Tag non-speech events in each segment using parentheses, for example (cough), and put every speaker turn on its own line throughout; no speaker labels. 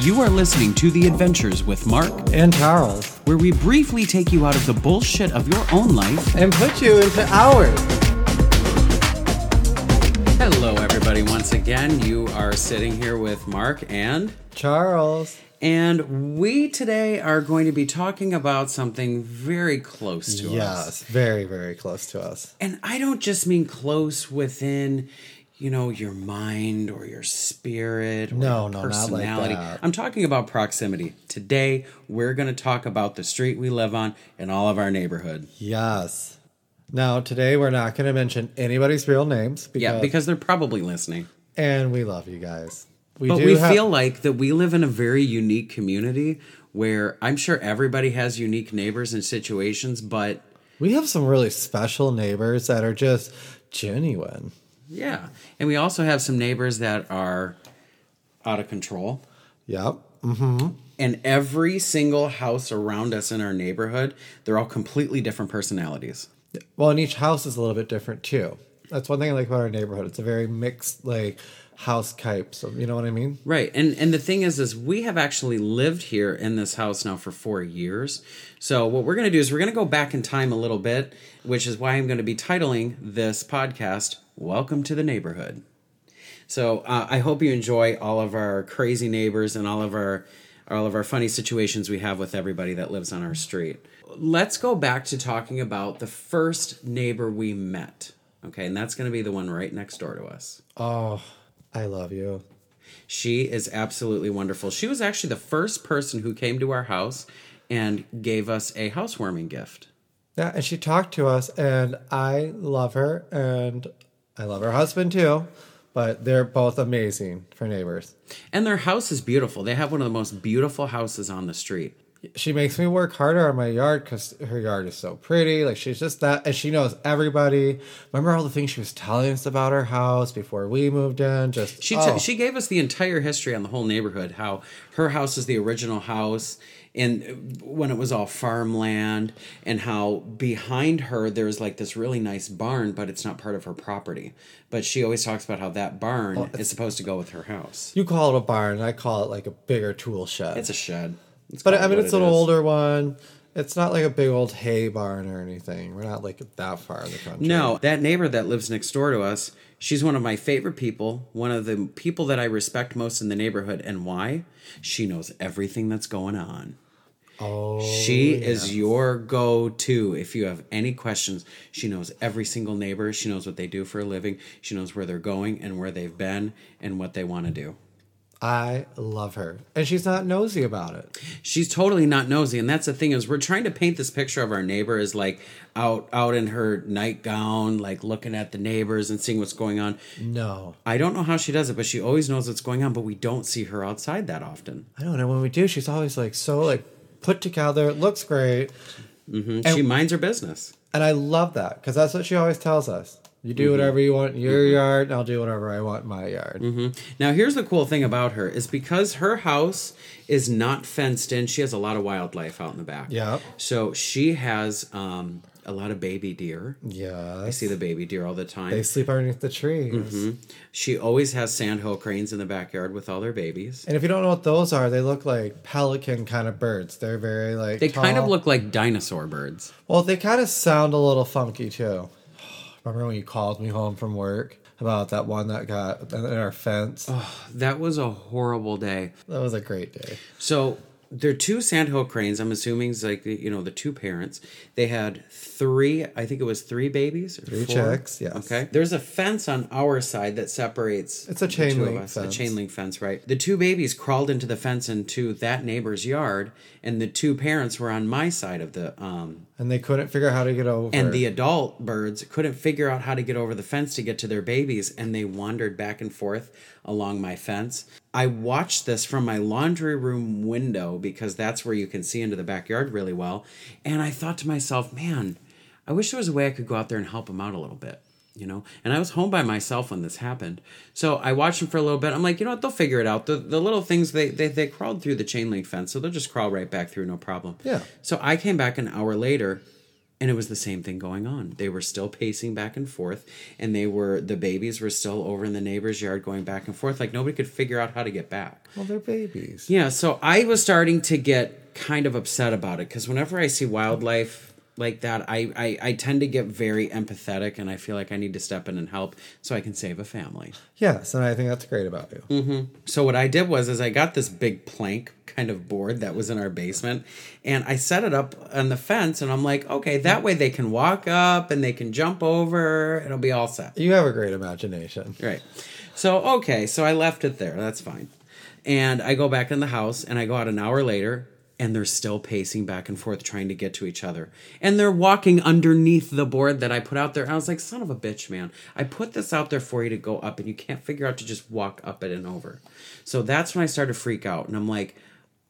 You are listening to The Adventures with Mark,
and Charles
where we briefly take you out of the bullshit of your own life.
and put you into ours.
Hello, everybody, once again. You are sitting here with Mark and.
Charles,
And we today are going to be talking about something very close to us.
yes, very, very close to us.
And I don't just mean close within, you know, your mind or your spirit or
No,
your
no, not like
personality.
that.
I'm talking about proximity. Today, we're going to talk about the street we live on and all of our neighborhood.
Yes. Now, today we're not going to mention anybody's real names because,
Yeah, because they're probably listening.
and we love you guys. We
But we
have-
feel like that we live in a very unique community where I'm sure everybody has unique neighbors and situations, but
we have some really special neighbors that are just genuine.
yeah. And we also have some neighbors that are out of control.
Yep.
and every single house around us in our neighborhood, they're all completely different personalities.
Well, and each house is a little bit different too. That's one thing I like about our neighborhood. It's a very mixed like house type. So you know what I mean?
Right. And and the thing is is we have actually lived here in this house now for 4 years. So what we're going to do is we're going to go back in time a little bit, which is why I'm going to be titling this podcast Welcome to the Neighborhood. So uh, I hope you enjoy all of our crazy neighbors and all of our all of our funny situations we have with everybody that lives on our street. Let's go back to talking about the first neighbor we met. Okay, and that's going to be the one right next door to us.
Oh, I love you.
She is absolutely wonderful. She was actually the first person who came to our house and gave us a housewarming gift.
Yeah, and she talked to us, and I love her, and I love her husband too. But they're both amazing for neighbors.
And their house is beautiful. They have one of the most beautiful houses on the street.
She makes me work harder on my yard because her yard is so pretty. Like she's just that, and she knows everybody. Remember all the things she was telling us about her house before we moved in. Just
She, t-
oh.
she gave us the entire history on the whole neighborhood how her house is the original house and uh, when it was all farmland and how behind her there's like this really nice barn but it's not part of her property but she always talks about how that barn is supposed to go with her house
you call it a barn, I call it like a bigger tool shed.
it's a shed Let's
but
call
I
it
mean,
what
it's
it
an
is.
older one. It's not like a big old hay barn or anything. We're not like that far in the country.
No, that neighbor that lives next door to us, she's one of my favorite people, one of the people that I respect most in the neighborhood. And why? She knows everything that's going on.
Oh,
She is your go to if you have any questions. She knows every single neighbor. She knows what they do for a living. She knows where they're going and where they've been and what they want to do.
I love her. And she's not nosy about it.
she's totally not nosy and that's the thing is we're trying to paint this picture of our neighbor as like out out in her nightgown like looking at the neighbors and seeing what's going on
No.
i don't know how she does it but she always knows what's going on but we don't see her outside that often
I don't know. When we do, she's always like so like put together, looks great.
she minds her business
And I love that because that's what she always tells us. You
Mm-hmm.
do whatever you want in your yard, and I'll do whatever I want in my yard.
Mm-hmm. now here's the cool thing about her is because her house is not fenced in she has a lot of wildlife out in the back
Yep.
so she has um a lot of baby deer
Yeah.
i see Mm-hmm. the baby deer all the time
They sleep underneath the trees.
she always has sandhill cranes in the backyard with all their babies
And if you don't know what those are, they look like pelican kind of birds. They're very like.
They kind of
tall.
look like dinosaur birds.
Well, they kind of sound a little funky too. (sighs) Remember when you called me home from work about that one that got in our fence?
That was a horrible day.
That was a great day.
So there are two sandhill cranes. I'm assuming it's like you know the two parents. They had three. I think it was three babies. Or three
chicks, yes.
Okay. There's a fence on our side that separates.
It's a
the
chain
two of
link
us,
fence.
A chain link fence, right? The two babies crawled into the fence into that neighbor's yard, and the two parents were on my side of the um,
and they couldn't figure out how to get over.
And the adult birds couldn't figure out how to get over the fence to get to their babies, and they wandered back and forth along my fence. I watched this from my laundry room window because that's where you can see into the backyard really well. And I thought to myself, man, I wish there was a way I could go out there and help them out a little bit, you know? And I was home by myself when this happened. So I watched them for a little bit. I'm like, you know what? They'll figure it out. The, the little things, they, they, they crawled through the chain link fence, so they'll just crawl right back through, no problem.
Yeah.
So I came back an hour later and it was the same thing going on. They were still pacing back and forth, and they were the babies were still over in the neighbor's yard going back and forth. Like nobody could figure out how to get back.
Well, they're babies.
Yeah, so I was starting to get kind of upset about it because whenever I see wildlife like that, I, I I tend to get very empathetic, and I feel like I need to step in and help so I can save a family.
Yes, and I think that's great about you.
Mm-hmm. So what I did was is I got this big plank kind of board that was in our basement and I set it up on the fence and I'm like, okay, that way they can walk up and they can jump over. It'll be all set.
You have a great imagination.
Right. So okay, so I left it there. That's fine. And I go back in the house and I go out an hour later and they're still pacing back and forth trying to get to each other. And they're walking underneath the board that I put out there. And I was like, son of a bitch, man. I put this out there for you to go up and you can't figure out to just walk up it and over. So that's when I started to freak out. And I'm like,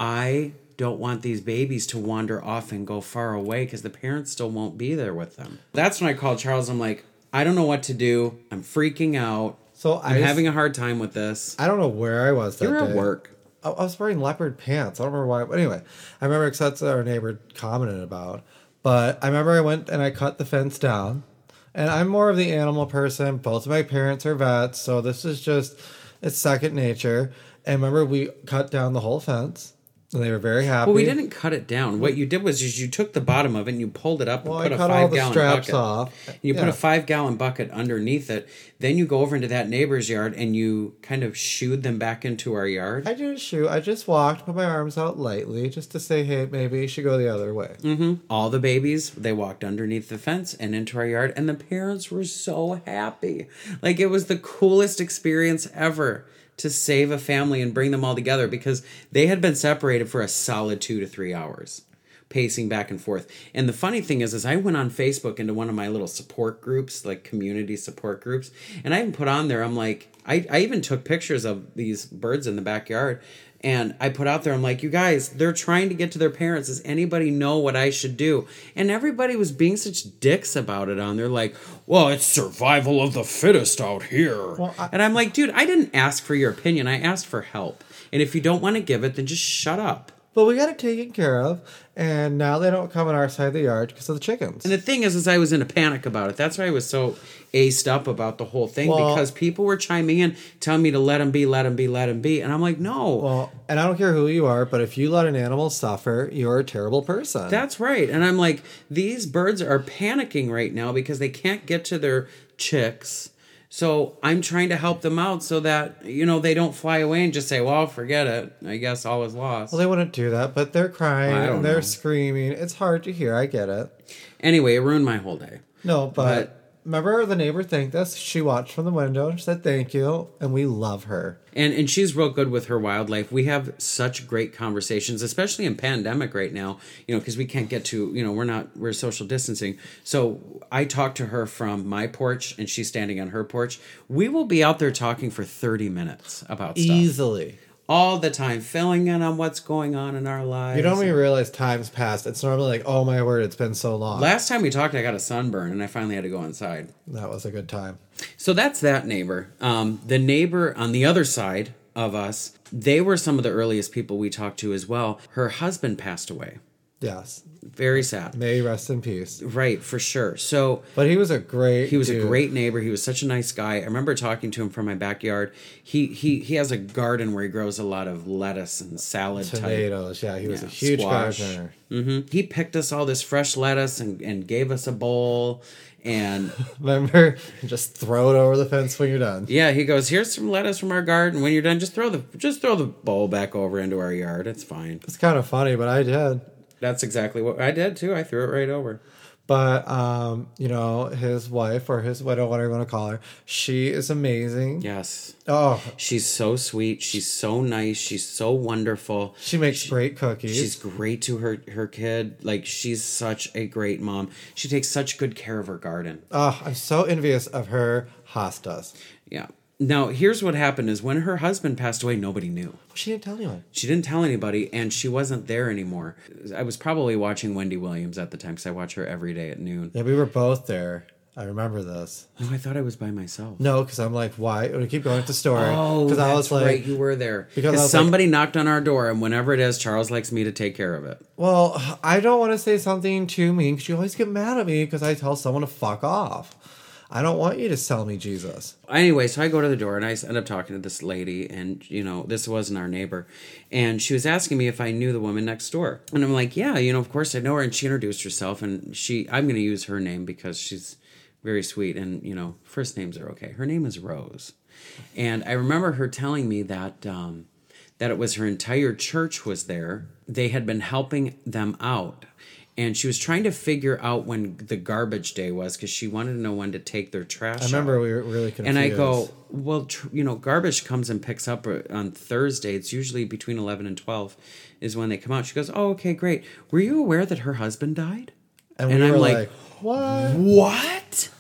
I don't want these babies to wander off and go far away because the parents still won't be there with them. That's when I called Charles. I'm like, I don't know what to do. I'm freaking out.
So
I'm
I just-
having a hard time with this.
I don't know where I was that
You're
day.
at work.
I, I was wearing leopard pants. I don't remember why. But anyway, I remember because that's what our neighbor commented about. But I remember I went and I cut the fence down. And I'm more of the animal person. Both of my parents are vets, so this is just it's second nature. And remember, we cut down the whole fence, and they were very happy.
But we didn't cut it down. What you did was is you took the bottom of it and you pulled it up
Well, I
and put a
cut all
five
the
gallon
straps
bucket.
off.
You put
Yeah.
a five gallon bucket underneath it. Then you go over into that neighbor's yard and you kind of shooed them back into our yard.
I didn't shoot. I just walked, put my arms out lightly, just to say, hey, maybe you should go the other way.
Mm. All the babies they walked underneath the fence and into our yard, and the parents were so happy. Like it was the coolest experience ever to save a family and bring them all together because they had been separated for a solid two to three hours. pacing back and forth. And the funny thing is, is I went on Facebook into one of my little support groups, like community support groups, and I even put on there, I'm like, I, I even took pictures of these birds in the backyard. And I put out there, I'm like, you guys, they're trying to get to their parents. Does anybody know what I should do? And everybody was being such dicks about it on there, like, well, it's survival of the fittest out here. and I'm like, dude, I didn't ask for your opinion. I asked for help. And if you don't want to give it, then just shut up.
But we got it taken care of, and now they don't come on our side of the yard because of the chickens.
And the thing is, is I was in a panic about it. That's why I was so aced up about the whole thing
Well-
because people were chiming in, telling me to let him be, let him be, let him be, and I'm like, no,
Well, and I don't care who you are, but if you let an animal suffer, you're a terrible person.
that's right. And I'm like, these birds are panicking right now because they can't get to their chicks. So I'm trying to help them out so that you know they don't fly away and just say, well, forget it. I guess all is lost.
well, they wouldn't do that, but they're crying
I don't
and they're
know.
screaming. It's hard to hear. I get it.
anyway, it ruined my whole day.
No, but, remember the neighbor thanked us. She watched from the window. She said thank you, and we love her.
and and she's real good with her wildlife. We have such great conversations, especially in pandemic right now. You know, because we can't get to you know we're not we're social distancing. So I talk to her from my porch, and she's standing on her porch. We will be out there talking for thirty minutes about stuff
Easily.
all the time, filling in on what's going on in our lives.
You don't even realize time's passed. It's normally like, oh my word, it's been so long.
Last time we talked, I got a sunburn, and I finally had to go inside.
that was a good time.
So that's that neighbor. Um, the neighbor on the other side of us, they were some of the earliest people we talked to as well. Her husband passed away.
Yes.
Very sad.
May he rest in peace.
Right, for sure. So
But he was a great.
he was
dude.
a great neighbor. He was such a nice guy. I remember talking to him from my backyard. He he he has a garden where he grows a lot of lettuce and salad type
tomatoes. Yeah, he was
Yeah,
a huge
squash.
gardener.
hmm He picked us all this fresh lettuce and, and gave us a bowl. And
(laughs) Remember, (laughs) just throw it over the fence when you're done.
yeah, he goes, "Here's some lettuce from our garden. When you're done, just throw the just throw the bowl back over into our yard. It's fine."
It's kind of funny, but I did.
That's exactly what I did too. I threw it right over.
But um, you know, his wife or his widow, whatever you want to call her, she is amazing.
Yes.
Oh,
She's so sweet. She's so nice. She's so wonderful.
she makes great cookies.
She's great to her her kid. Like she's such a great mom. She takes such good care of her garden.
oh, I'm so envious of her hostas.
Yeah. Now, here's what happened is when her husband passed away, nobody knew.
She didn't tell anyone.
She didn't tell anybody and she wasn't there anymore. I was probably watching Wendy Williams at the time cuz I watch her every day at noon.
Yeah, we were both there. I remember this.
No, I thought I was by myself.
No, because I'm like, why? When I keep going to the story.
Oh,
because
that's
I was like,
right. You were there
Because I was
because
like-
somebody knocked on our door, and whenever it is, Charles likes me to take care of it.
well, I don't want to say something too mean because you always get mad at me because I tell someone to fuck off. I don't want you to sell me Jesus.
anyway, so I go to the door and I end up talking to this lady, and you know, this wasn't our neighbor, and she was asking me if I knew the woman next door, and I'm like, yeah, you know, of course I know her, and she introduced herself, and she, I'm going to use her name because she's very sweet, and you know, first names are okay. Her name is Rose, and I remember her telling me that. Um, that it was her entire church was there. They had been helping them out. And she was trying to figure out when the garbage day was because she wanted to know when to take their trash.
I remember we were really confused.
And I go, well, tr- you know, garbage comes and picks up uh, on Thursday. It's usually between 11 and 12 is when they come out. She goes, oh, okay, great. Were you aware that her husband died?
and,
and
we
I'm
were
like,
like, what?
What?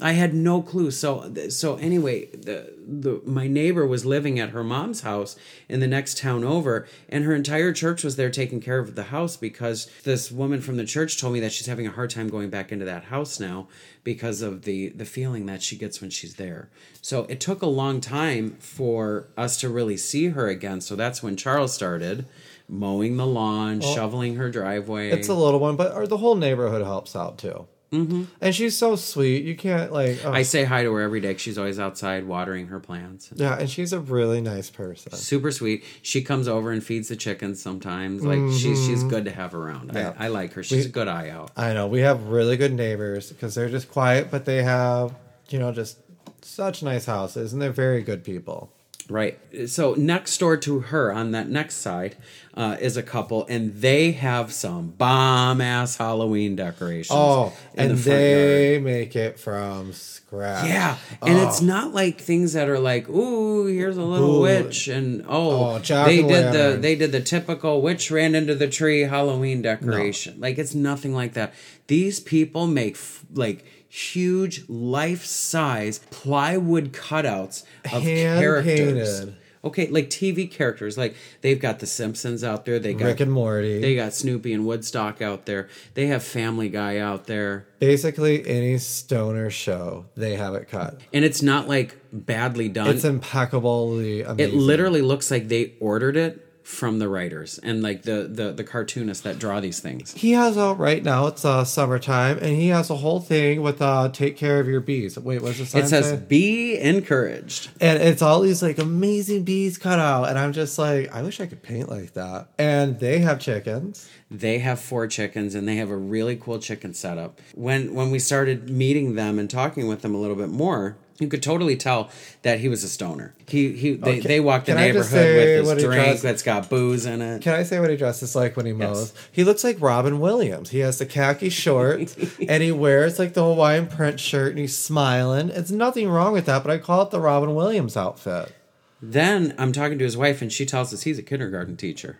I had no clue. So, th- so anyway, the, the my neighbor was living at her mom's house in the next town over, and her entire church was there taking care of the house because this woman from the church told me that she's having a hard time going back into that house now because of the the feeling that she gets when she's there. So it took a long time for us to really see her again. So that's when Charles started mowing the lawn, shoveling her driveway.
It's a little one, but or the whole neighborhood helps out too. Mm-hmm. And she's so sweet. You can't like, oh,
I say hi to her every day. 'cause She's always outside watering her plants. And
yeah. And she's a really nice person.
super sweet. She comes over and feeds the chickens sometimes. Like she's
Mm-hmm.
she's good to have around. I, I like her. She's a good eye out.
I know we have really good neighbors because they're just quiet, but they have you know just such nice houses, and they're very good people.
Right. So next door to her on that next side uh, is a couple, and they have some bomb ass Halloween decorations.
Oh,
in
and
the front yard.
they make it from scratch.
Yeah,
Uh,
and it's not like things that are like, "Ooh, here's a little
Ooh.
witch," and oh,
Oh, jack
they
o'
did the
lantern.
they did the typical witch ran into the tree Halloween decoration. Like it's nothing like that. These people make f- like huge life size plywood cutouts of
Hand
characters.
painted.
Okay, like TV characters. Like they've got the Simpsons out there. They got
Rick and Morty.
they got Snoopy and Woodstock out there. They have Family Guy out there.
Basically, any stoner show, they have it cut.
And it's not like badly done.
It's impeccably amazing.
It literally looks like they ordered it from the writers and like the the, the cartoonists that draw these things.
he has a right now. It's uh, summertime, and he has a whole thing with uh, "Take care of your bees." Wait, what's the sign
It says
say?
be encouraged.
and it's all these like amazing bees cut out, and I'm just like, I wish I could paint like that. And they have chickens.
They have four chickens and they have a really cool chicken setup. When when we started meeting them and talking with them a little bit more, you could totally tell that he was a stoner. He he they,
Okay.
they walked the
Can I just
neighborhood
say
with
what
his
he
drink
draws?
that's got booze in it.
Can I say what he dresses like when he mows? He looks like Robin Williams. He has the
(laughs)
khaki shorts and he wears like the Hawaiian print shirt and he's smiling. It's nothing wrong with that, but I call it the Robin Williams outfit.
Then I'm talking to his wife and she tells us he's a kindergarten teacher.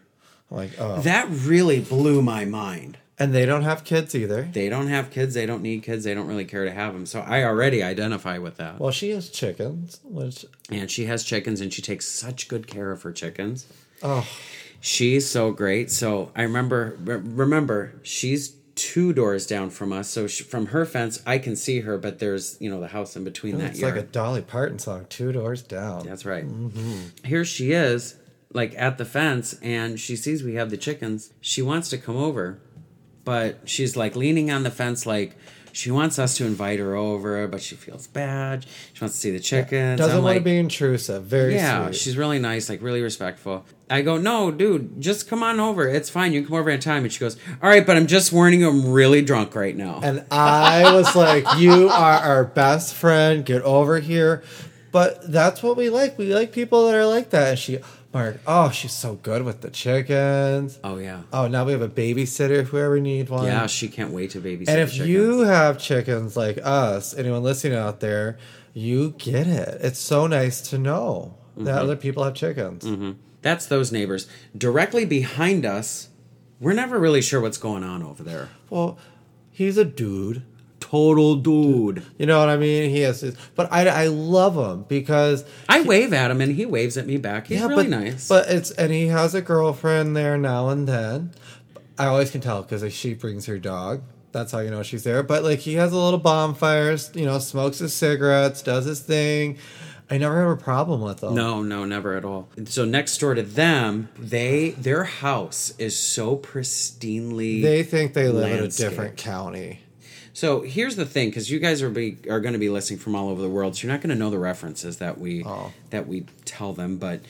I'm like, oh.
That really blew my mind.
And they don't have kids either.
they don't have kids they don't need kids they don't really care to have them so i already identify with that
Well, she has chickens, which,
and she has chickens and she takes such good care of her chickens
oh,
she's so great so i remember re- remember she's two doors down from us so she, from her fence i can see her but there's you know the house in between that
it's
yard.
like a Dolly Parton song, two doors down.
That's right.
Mm-hmm.
Here she is, like at the fence, and she sees we have the chickens. She wants to come over, but she's like leaning on the fence, like she wants us to invite her over, but she feels bad. She wants to see the chickens.
Doesn't
I'm
want
like,
to be intrusive. Very
Yeah,
sweet.
she's really nice, like really respectful. I go, no, dude, just come on over. It's fine. You can come over at a time. And she goes, all right, but I'm just warning you, I'm really drunk right now.
And I was like, "You are our best friend. Get over here." But that's what we like. We like people that are like that. And she, Mark, oh, she's so good with the chickens.
oh yeah,
Oh, now we have a babysitter if we ever need one.
yeah. She can't wait to babysit.
And
the
if
chickens.
you have chickens like us, anyone listening out there, you get it. It's so nice to know that
Mm-hmm.
other people have chickens.
That's those neighbors. Directly behind us, we're never really sure what's going on over there.
Well, he's a dude.
Total dude.
You know what I mean? He has his, but I, I love him because
I wave at him and he waves at me back. He's really
but,
nice.
But it's and he has a girlfriend there now and then. I always can tell because she brings her dog, That's how you know she's there. But like he has a little bonfire, you know, smokes his cigarettes, does his thing. I never have a problem with them.
No, no, never at all. So next door to them, they their house is so pristinely.
They think they live in
Landscape.
a different county.
so here's the thing, because you guys are be, are going to be listening from all over the world, so you're not going to know the references that we
Oh.
that we tell them. But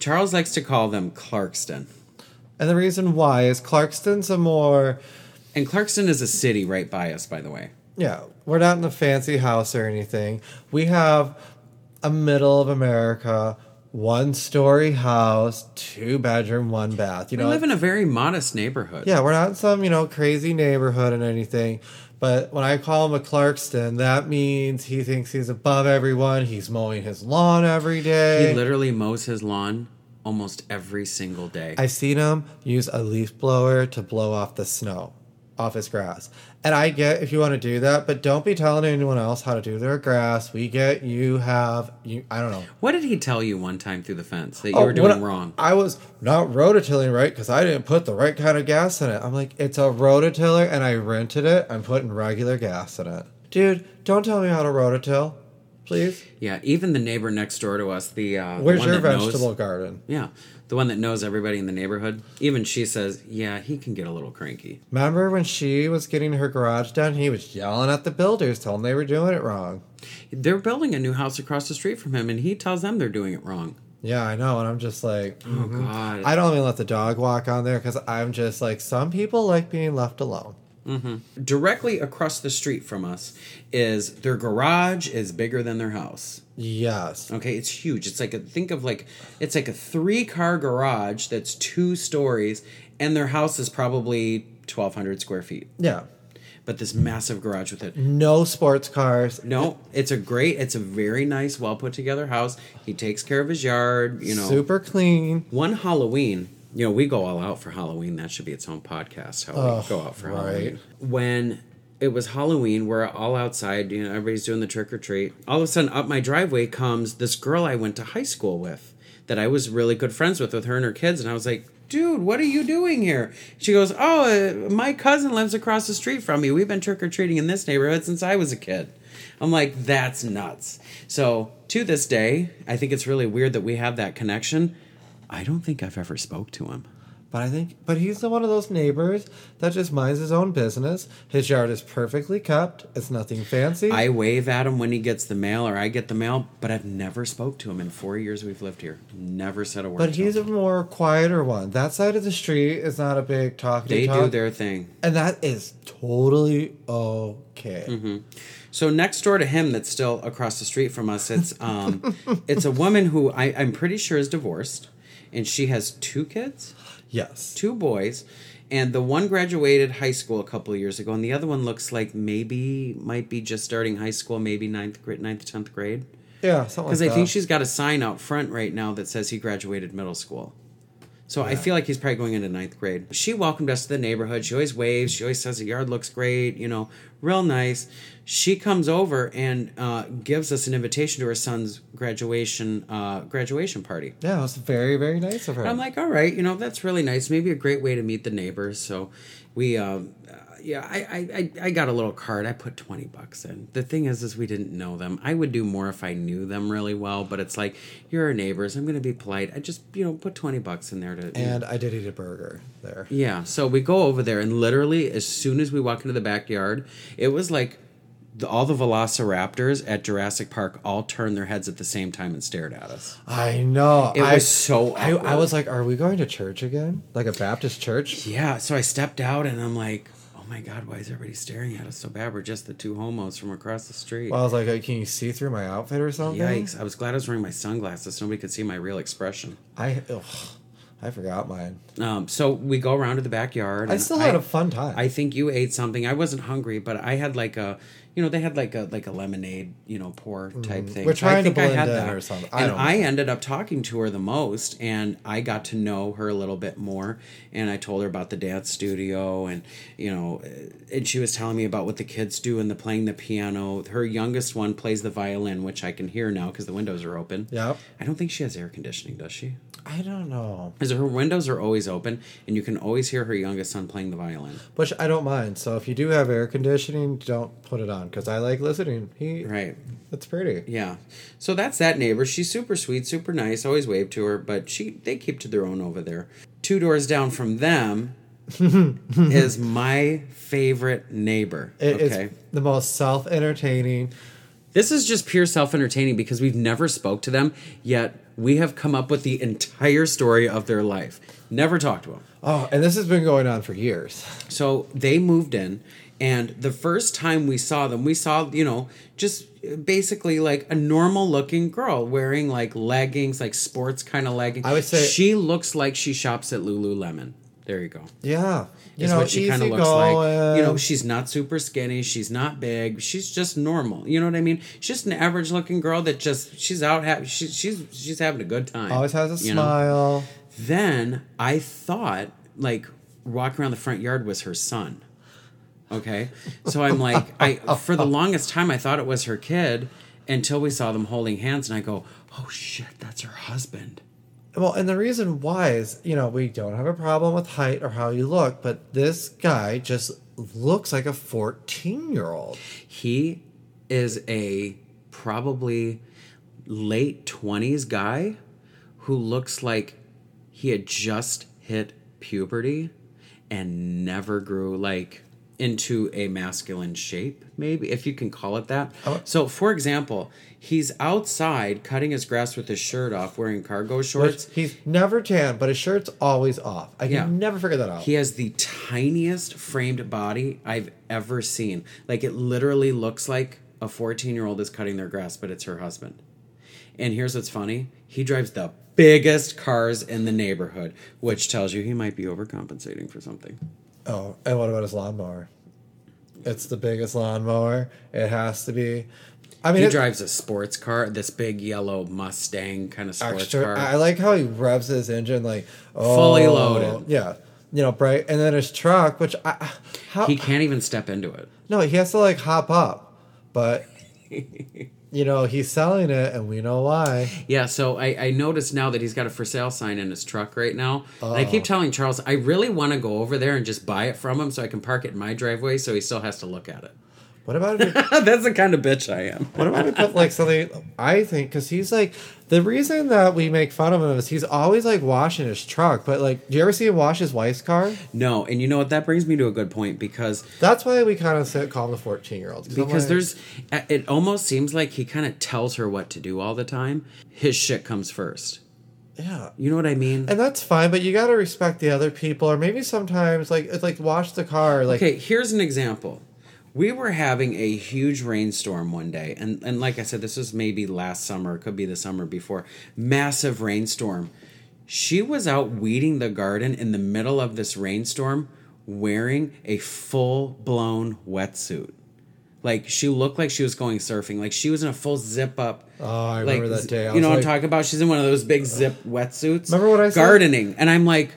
Charles likes to call them Clarkston,
And the reason why is Clarkston's a more
and Clarkston is a city right by us, by the way.
Yeah, we're not in a fancy house or anything. We have a middle of America, one story house, two bedroom, one bath. You
We
know,
live in a very modest neighborhood.
yeah, we're not in some you know crazy neighborhood and anything. But when I call him a Clarkston, that means he thinks he's above everyone. He's mowing his lawn every day.
He literally mows his lawn almost every single day.
I've seen him use a leaf blower to blow off the snow off his grass. And I get if you want to do that, but don't be telling anyone else how to do their grass. We get you have you I don't know.
what did he tell you one time through the fence that you
Oh,
were doing
when I-
wrong?
I was not rototilling right because I didn't put the right kind of gas in it. I'm like, it's a rototiller and I rented it. I'm putting regular gas in it. Dude, don't tell me how to rototill, please.
Yeah, even the neighbor next door to us, the uh, the
Where's
one
your
that knows-
vegetable garden?
yeah, the one that knows everybody in the neighborhood. Even she says, "Yeah, he can get a little cranky."
Remember when she was getting her garage done? He was yelling at the builders, telling them they were doing it wrong.
They're building a new house across the street from him, and he tells them they're doing it wrong.
Yeah, I know, and I'm just like, mm-hmm.
Oh God!
I don't even let the dog walk on there because I'm just like, some people like being left alone.
Directly across the street from us is their garage is bigger than their house.
Yes,
Okay, it's huge. It's like a think of like it's like a three car garage that's two stories, and their house is probably twelve hundred square feet.
yeah,
But this massive garage with it.
no sports cars.
No, it's a great, it's a very nice, well put together house. He takes care of his yard. You know,
super clean.
one Halloween, you know, we go all out for Halloween. That should be its own podcast. How
Oh,
we go out for
right.
Halloween. When it was Halloween, we're all outside. You know, everybody's doing the trick or treat. All of a sudden, up my driveway comes this girl I went to high school with, that I was really good friends with, with her and her kids, and I was like. Dude, what are you doing here? She goes, Oh, uh, my cousin lives across the street from me. We've been trick or treating in this neighborhood since I was a kid. I'm like, That's nuts. So, to this day, I think it's really weird that we have that connection. I don't think I've ever spoke to him.
But I think, but he's the one of those neighbors that just minds his own business. His yard is perfectly kept. It's nothing fancy.
I wave at him when he gets the mail or I get the mail, but I've never spoke to him in four years we've lived here. Never said a word.
but
to
he's
him.
a more quieter one. That side of the street is not a big talkative.
they do
talk,
their thing.
and that is totally okay.
Mm-hmm. So next door to him, that's still across the street from us, it's
(laughs)
um, it's a woman who I, I'm pretty sure is divorced, and she has two kids.
Yes,
two boys, and the one graduated high school a couple of years ago, and the other one looks like maybe might be just starting high school, maybe ninth grade, ninth tenth grade.
yeah, something like
Because I think
that.
she's got a sign out front right now that says he graduated middle school. So I feel like he's probably going into ninth grade. She welcomed us to the neighborhood. She always waves. She always says the yard looks great, you know, real nice. She comes over and uh, gives us an invitation to her son's graduation uh, graduation party.
yeah, it was very, very nice of her.
I'm like, all right, you know, that's really nice. Maybe a great way to meet the neighbors. So we, um, uh, yeah, I, I, I, I got a little card. I put 20 bucks in. The thing is, is we didn't know them. I would do more if I knew them really well, but it's like, you're our neighbors. I'm going to be polite. I just, you know, put 20 bucks in there to.
and I did eat a burger there.
yeah. So we go over there, and literally, as soon as we walk into the backyard, it was like the, all the velociraptors at Jurassic Park all turned their heads at the same time and stared at us.
I know.
It
I,
was so
I, I
awkward.
was like, are we going to church again? Like a Baptist church?
Yeah, so I stepped out and I'm like, oh my God, why is everybody staring at us so bad? We're just the two homos from across the street.
Well, I was like, "Uh, can you see through my outfit or something?
Yikes. I was glad I was wearing my sunglasses. Nobody could see my real expression.
I, ugh, I forgot mine.
Um, so we go around to the backyard.
I
and
still had a fun time.
I think you ate something. I wasn't hungry, but I had like a, you know, they had like a like a lemonade, you know, pour type thing.
Mm-hmm. We're trying
I
to
think I
blend
had
in
that.
or something. I
And
don't
I ended up talking to her the most, and I got to know her a little bit more. And I told her about the dance studio, and you know, uh, and she was telling me about what the kids do and the playing the piano. Her youngest one plays the violin, which I can hear now because the windows are open.
Yep.
I don't think she has air conditioning, does she?
I don't know.
Because her windows are always open, and you can always hear her youngest son playing the violin.
Which I don't mind. So if you do have air conditioning, don't put it on because I like listening. He,
Right.
It's pretty.
Yeah. So that's that neighbor. She's super sweet, super nice. Always wave to her, but she they keep to their own over there. Two doors down from (laughs) them is my favorite neighbor.
It is the most self entertaining.
This is just pure self-entertaining because we've never spoke to them, yet we have come up with the entire story of their life. Never talked to them.
Oh, and this has been going on for years.
So they moved in, and the first time we saw them, we saw, you know, just basically like a normal looking girl wearing like leggings, like sports kind of leggings.
I would say-
she looks like she shops at Lululemon. There you go.
Yeah. You
Is
know,
what she
easy
kind of
going.
looks like. You know, she's not super skinny. She's not big. She's just normal. You know what I mean? She's just an average looking girl that just she's out. Ha- she, she's she's having a good time.
always has a
you know?
smile.
Then I thought, like, walking around the front yard was her son. Okay. So I'm like, I for the longest time I thought it was her kid until we saw them holding hands and I go, Oh shit, that's her husband.
Well, and the reason why is, you know, we don't have a problem with height or how you look, but this guy just looks like a 14 year old.
He is a probably late twenties guy who looks like he had just hit puberty and never grew like into a masculine shape, maybe if you can call it that. So, for example, he's outside cutting his grass with his shirt off, wearing cargo shorts.
He's never tan, but his shirt's always off. I can
Yeah.
never figure that out.
He has the tiniest framed body I've ever seen. Like it literally looks like a 14 year old is cutting their grass, but it's her husband. And here's what's funny he drives the biggest cars in the neighborhood, which tells you he might be overcompensating for something.
oh, and what about his lawnmower? It's the biggest lawnmower. It has to be. I mean,
He
it-
drives a sports car, this big yellow Mustang kind of sports
extra.
car.
I like how he revs his engine like oh,
Fully loaded.
Yeah, you know, bright, and then his truck, which I how
he can't even step into it.
no, he has to like hop up,
(laughs)
but you know he's selling it, and we know why.
Yeah, so I, I noticed now that he's got a for sale sign in his truck right now. And I keep telling Charles, I really want to go over there and just buy it from him so I can park it in my driveway so he still has to look at it. (laughs)
What about if we,
That's the kind of bitch I am.
what about if we put like something? I think because he's like the reason that we make fun of him is he's always like washing his truck, but like, do you ever see him wash his wife's car?
No, and you know what? That brings me to a good point because
That's why we kind of call him the fourteen year old
because there's it almost seems like he kind of tells her what to do all the time. His shit comes first.
yeah.
You know what I mean?
And that's fine, but you got to respect the other people, or maybe sometimes like it's like wash the car, like
Okay, here's an example. We were having a huge rainstorm one day, and, and like I said, this was maybe last summer, it could be the summer before. Massive rainstorm. She was out weeding the garden in the middle of this rainstorm wearing a full blown wetsuit. Like she looked like she was going surfing. Like she was in a full zip up.
Oh, I remember that day. I
you know
was
what I'm
like-
talking about? She's in one of those big zip wetsuits.
Remember what I said?
Gardening. And I'm like,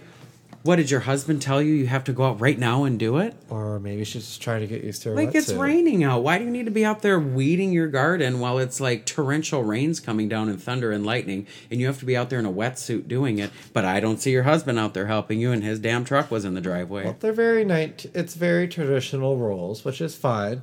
what did your husband tell you? You have to go out right now and do it?
or maybe she's just trying to get used to her.
Like it's
wetsuit.
raining out. Why do you need to be out there weeding your garden while it's like torrential rains coming down and thunder and lightning and you have to be out there in a wetsuit doing it, but I don't see your husband out there helping you and his damn truck was in the driveway.
They're very night. It's very traditional rules, which is fine.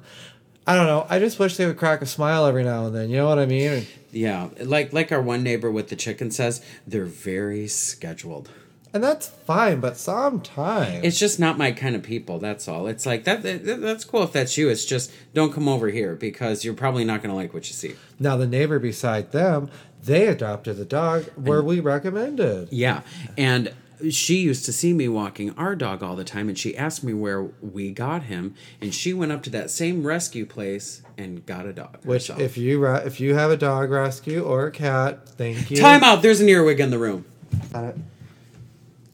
I don't know. I just wish they would crack a smile every now and then. You know what I mean? And,
Yeah, like like our one neighbor with the chicken says, they're very scheduled.
and that's fine, but sometimes
It's just not my kind of people, that's all. It's like that, that that's cool if that's you. It's just don't come over here because you're probably not going to like what you see.
now the neighbor beside them, they adopted a dog where we recommended.
Yeah. And she used to see me walking our dog all the time, and she asked me where we got him. And she went up to that same rescue place and got a dog.
Which,
herself.
if you re- if you have a dog rescue or a cat, thank you.
Time out. There's an earwig in the room.
Got it.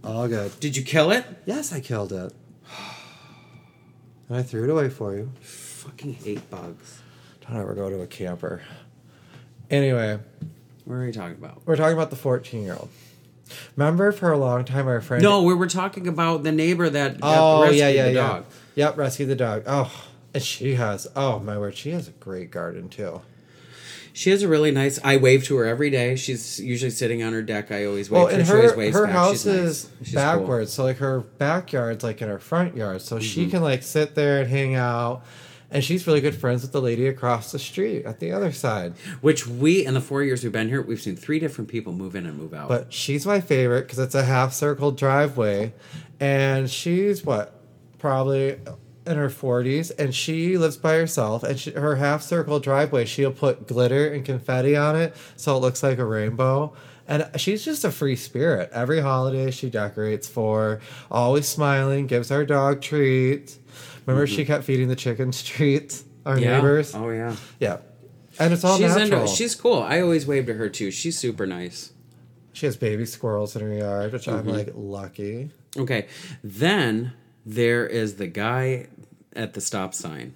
All good.
Did you kill it?
(sighs) Yes, I killed it. And I threw it away for you.
fucking hate bugs.
Don't ever go to a camper. Anyway,
What are we talking about?
we're talking about the 14 year old. Remember for a long time our friend.
No, we were talking about the neighbor that got
Oh
rescued
yeah, yeah,
the
yeah.
dog.
Yep, rescue the dog. Oh, and she has. Oh my word, she has a great garden too.
She has a really nice. I wave to her every day. She's usually sitting on her deck. I always wave.
Well,
to
and
She always
her
waves
her
back.
house
She's nice.
is
She's cool.
backwards, so like her backyard's like in her front yard, so
Mm-hmm.
she can like sit there and hang out. And she's really good friends with the lady across the street at the other side.
Which we, in the four years we've been here, we've seen three different people move in and move out.
But she's my favorite because it's a half circle driveway, and she's what probably in her 40s and she lives by herself and she, her half circle driveway she'll put glitter and confetti on it so it looks like a rainbow and she's just a free spirit every holiday she decorates for always smiling gives our dog treats remember she kept feeding the chickens treats our
Mm-hmm. yeah.
neighbors
Oh yeah.
yeah and it's all
she's
natural
into. She's cool. I always wave to her too. She's super nice.
she has baby squirrels in her yard which
Mm-hmm.
i'm like lucky
Okay. Then there is the guy at the stop sign.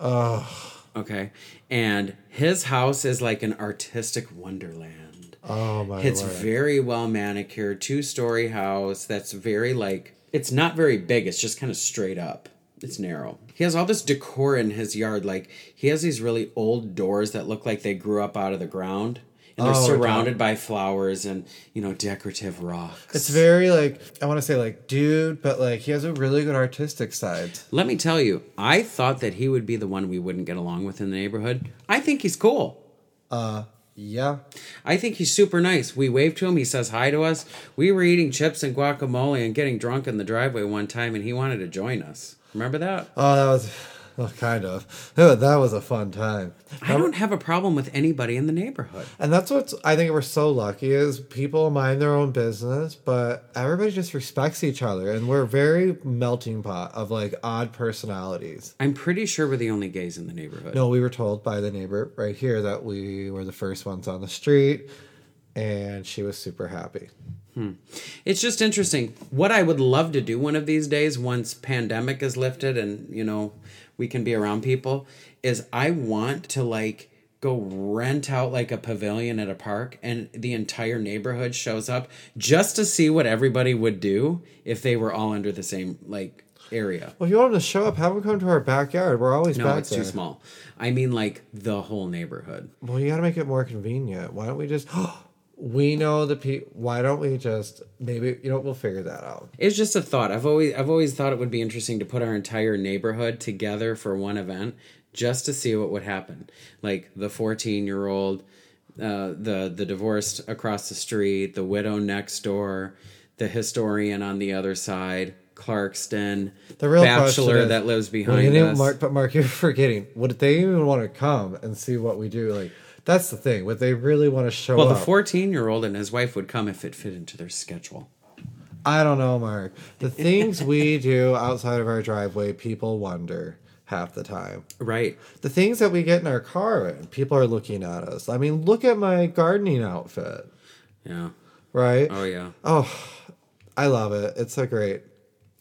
Oh. Okay. And his house is like an artistic wonderland.
Oh my
It's
word.
very well manicured, two story house that's very like, it's not very big, it's just kind of straight up. It's narrow. He has all this decor in his yard. Like, he has these really old doors that look like they grew up out of the ground. And they're
Oh, okay.
surrounded by flowers and, you know, decorative rocks.
It's very like I want to say like dude, but like he has a really good artistic side.
Let me tell you, I thought that he would be the one we wouldn't get along with in the neighborhood. I think he's cool.
Yeah,
I think he's super nice. We wave to him. He says hi to us. We were eating chips and guacamole and getting drunk in the driveway one time, and he wanted to join us. Remember that?
oh that was well, kind of (laughs) Oh, that was a fun time.
I don't have a problem with anybody in the neighborhood.
And that's what's I think we're so lucky is people mind their own business, but everybody just respects each other, and we're a very melting pot of like odd personalities.
I'm pretty sure we're the only gays in the neighborhood.
No, we were told by the neighbor right here that we were the first ones on the street, and she was super happy.
It's just interesting. What I would love to do one of these days, once pandemic is lifted and you know we can be around people, is I want to like go rent out like a pavilion at a park and the entire neighborhood shows up just to see what everybody would do if they were all under the same like area.
Well, if you want them to show up, have them come to our backyard. We're always
No,
back
it's
there.
too small. I mean like the whole neighborhood.
Well, you got to make it more convenient. Why don't we just? (gasps) we know the pe. Why don't we just maybe you know we'll figure that out.
It's just a thought. I've always I've always thought it would be interesting to put our entire neighborhood together for one event just to see what would happen. Like the 14-year-old, uh, the the divorced across the street, the widow next door, the historian on the other side, Clarkston,
The real
bachelor
question is,
that lives
Well, you
behind
know,
us.
Mark, but Mark, (laughs) you're forgetting. Would they even want to come and see what we do? Like that's the thing. Would they really want to show
well, the
up?
14-year-old and his wife would come if it fit into their schedule.
I don't know, Mark. The things we do outside of our driveway, people wonder half the time.
Right.
The things that we get in our car, and people are looking at us. I mean, look at my gardening outfit,
Yeah.
right?
Oh yeah.
Oh, I love it. It's a great,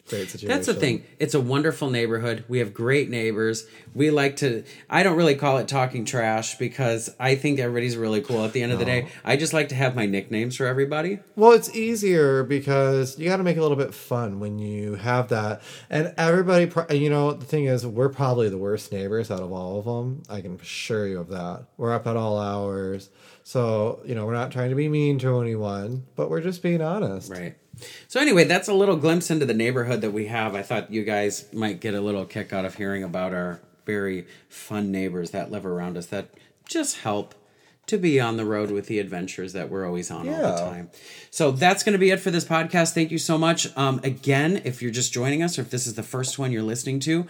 great situation.
That's the thing. It's a wonderful neighborhood. We have great neighbors. We like to. I don't really call it talking trash because I think everybody's really cool. At the end of the day, I just like to have my nicknames for everybody.
Well, it's easier because you got to make it a little bit fun when you have that. And everybody, pro- and you know, the thing is, we're probably the worst neighbors out of all of them. I can assure you of that. We're up at all hours. So, you know, we're not trying to be mean to anyone, but we're just being honest.
Right. So anyway, that's a little glimpse into the neighborhood that we have. I thought you guys might get a little kick out of hearing about our very fun neighbors that live around us that just help to be on the road with the adventures that we're always on all the
Yeah.
time. So that's going to be it for this podcast. Thank you so much. Um, again, if you're just joining us or if this is the first one you're listening to,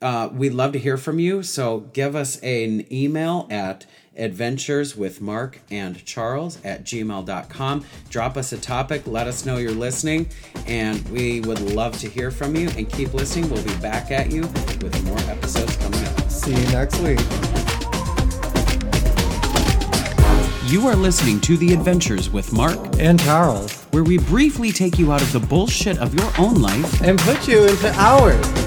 uh, we'd love to hear from you. So give us an email at adventures with mark and charles at gmail.com drop us a topic let us know you're listening and we would love to hear from you and keep listening we'll be back at you with more episodes coming up
See you next week.
you are listening to the adventures with mark
And Charles.
where we briefly take you out of the bullshit of your own life
And put you into ours.